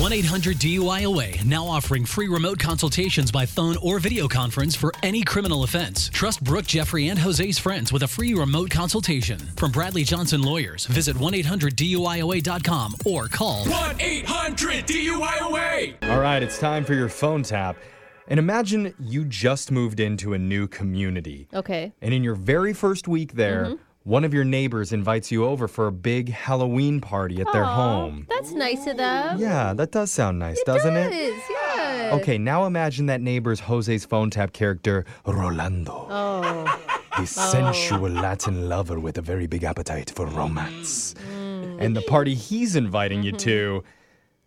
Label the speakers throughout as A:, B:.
A: 1 800 DUIOA now offering free remote consultations by phone or video conference for any criminal offense. Trust Brooke, Jeffrey, and Jose's friends with a free remote consultation. From Bradley Johnson Lawyers, visit 1 800 DUIOA.com or call
B: 1 800 DUIOA.
C: All right, it's time for your phone tap. And imagine you just moved into a new community.
D: Okay. Mm-hmm.
C: And in your very first week there, one of your neighbors invites you over for a big Halloween party at their home.
D: That's nice of them.
C: Yeah, that does sound nice, doesn't it?
D: It
C: Oh.
D: is, yeah.
C: Okay, now imagine that neighbor's Jose's phone tap character, Rolando.
D: Oh,
C: the sensual Latin lover with a very big appetite for romance.
D: Mm.
C: And the party he's inviting you
D: Mm-hmm.
C: to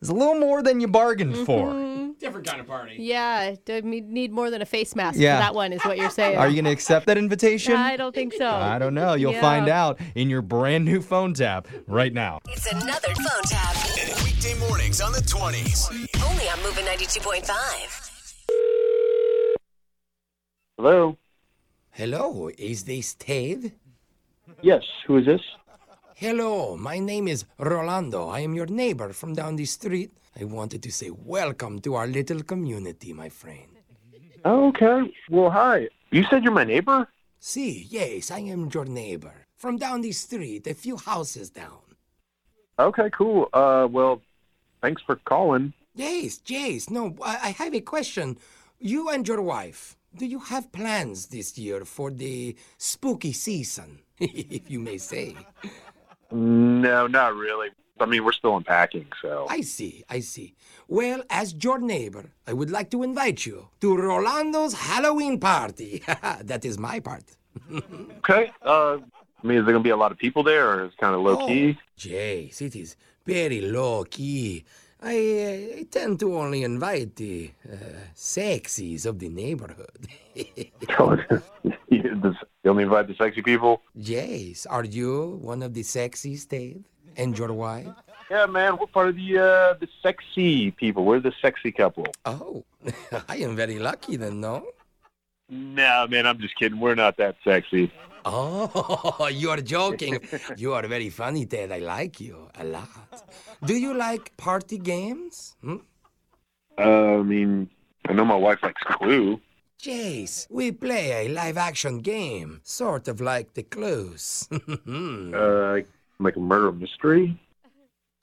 C: is a little more than you bargained for.
B: Different kind of party.
D: yeah. I mean, need more than a face mask
C: Yeah.
D: for that one, is what you're saying.
C: Are you going to accept that invitation?
D: I don't think so.
C: I don't know. You'll
D: Yeah.
C: find out in your brand new phone tap right now.
E: It's another phone tap.
F: Weekday mornings on the 20s.
E: Only on Moving 92.5.
G: Hello.
H: Hello, is this Ted?
G: Yes. Who is this?
H: Hello, my name is Rolando. I am your neighbor from down the street. I wanted to say welcome to our little community, my friend.
G: Oh, okay. Well, hi. You said you're my neighbor.
H: See, yes, I am your neighbor from down the street, a few houses down.
G: Okay. Cool. Uh. Well, thanks for calling.
H: Yes, yes, no, I, I have a question. You and your wife, do you have plans this year for the spooky season, if you may say?
G: No, not really. I mean, we're still unpacking, so.
H: I see, I see. Well, as your neighbor, I would like to invite you to Rolando's Halloween party. that is my part.
G: Okay. Uh. I mean, is there gonna be a lot of people there, or is it kind of low key?
H: Jace, it is very low key. I, uh, I tend to only invite the uh, sexies of the neighborhood.
G: Oh, You just- you only invite the sexy people.
H: Jace, are you one of the sexies, Ted? And your wife?
G: Yeah, man. We're part of the uh the sexy people. We're the sexy couple.
H: Oh, I am very lucky then, no?
G: No, man. I'm just kidding. We're not that sexy.
H: Oh, you're joking. you are very funny, Ted. I like you a lot. Do you like party games? Hmm?
G: Uh, I mean, I know my wife likes Clue.
H: Jace, we play a live action game, sort of like the clues.
G: Uh, like a murder mystery.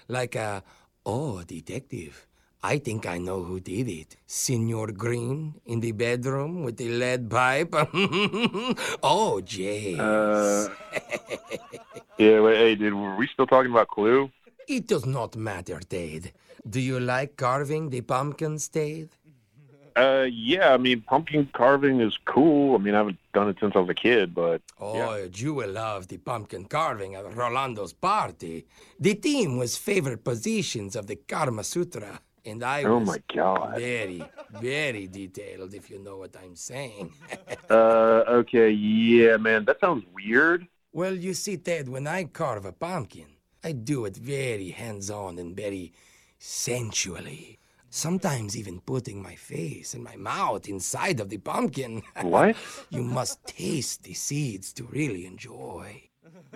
H: like a, oh, detective. I think I know who did it. Senor Green in the bedroom with the lead pipe. oh, Jace.
G: Uh, yeah, wait, hey, dude, were we still talking about Clue?
H: It does not matter, Ted. Do you like carving the pumpkins, Ted?
G: Uh, yeah, I mean, pumpkin carving is cool. I mean, I haven't done it since I was a kid, but
H: Oh,
G: yeah.
H: you will love the pumpkin carving at Rolando's party. The theme was favorite positions of the Karma Sutra, and I
G: Oh
H: was
G: my God.
H: very, very detailed, if you know what I'm saying.
G: Uh, okay, yeah, man, that sounds weird.
H: well, you see, Ted, when I carve a pumpkin, I do it very hands-on and very sensually. Sometimes even putting my face and my mouth inside of the pumpkin.
G: What?
H: you must taste the seeds to really enjoy.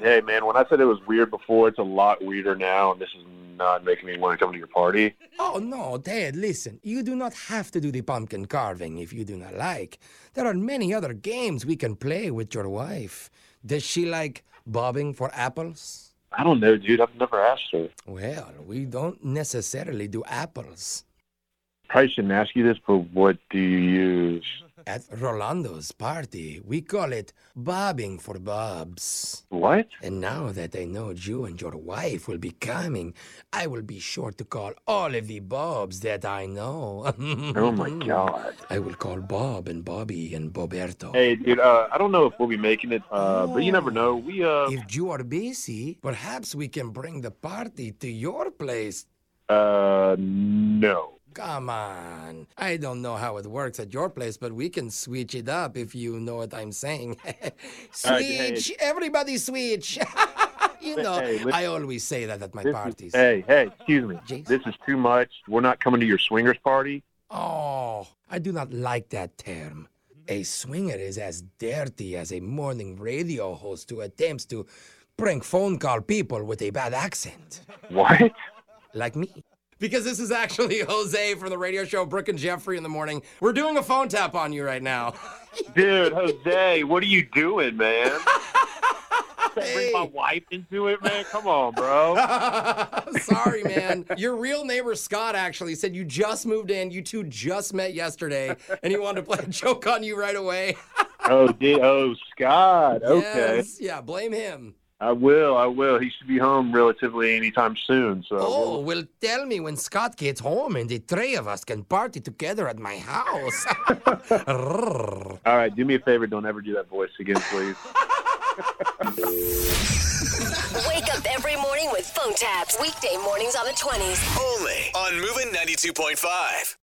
G: hey, man, when I said it was weird before, it's a lot weirder now, and this is not making me want to come to your party.
H: Oh, no, Ted, listen. You do not have to do the pumpkin carving if you do not like. There are many other games we can play with your wife. Does she like bobbing for apples?
G: I don't know, dude. I've never asked her.
H: Well, we don't necessarily do apples.
G: Probably shouldn't ask you this, but what do you use?
H: At Rolando's party, we call it bobbing for bobs.
G: What?
H: And now that I know you and your wife will be coming, I will be sure to call all of the bobs that I know.
G: Oh my
H: Mm-hmm.
G: God.
H: I will call Bob and Bobby and Boberto.
G: Hey, dude, uh, I don't know if we'll be making it, uh, but you never know. We, uh,
H: If you are busy, perhaps we can bring the party to your place.
G: uh, no.
H: Come on. I don't know how it works at your place, but we can switch it up if you know what I'm saying.
G: hey.
H: switch. Everybody switch. you know,
G: Hey, listen.
H: I always say that at my
G: This is-
H: parties.
G: hey, hey, excuse me.
H: Jason.
G: This is too much. We're not coming to your swingers party.
H: Oh, I do not like that term. A swinger is as dirty as a morning radio host who attempts to prank phone call people with a bad accent.
G: What?
H: like me. because this is actually Jose from the radio show Brooke and Jeffrey in the morning. We're doing a phone tap on you right now.
G: Dude, Jose, what are you doing, man? Bring my wife into it, man. Come on, bro.
H: Sorry, man. Your real neighbor Scott actually said you just moved in. You two just met yesterday, and he wanted to play a joke on you right away.
G: Oh, D- oh, Scott. Okay,
H: Yes. Yeah. Blame him.
G: I will. I will. He should be home relatively anytime soon. So.
H: Oh, well, tell me when Scott gets home and the three of us can party together at my house.
G: All right, do me a favor. Don't ever do that voice again, please.
E: Wake up every morning with phone taps. Weekday mornings on the 20s.
F: Only on Moving 92.5.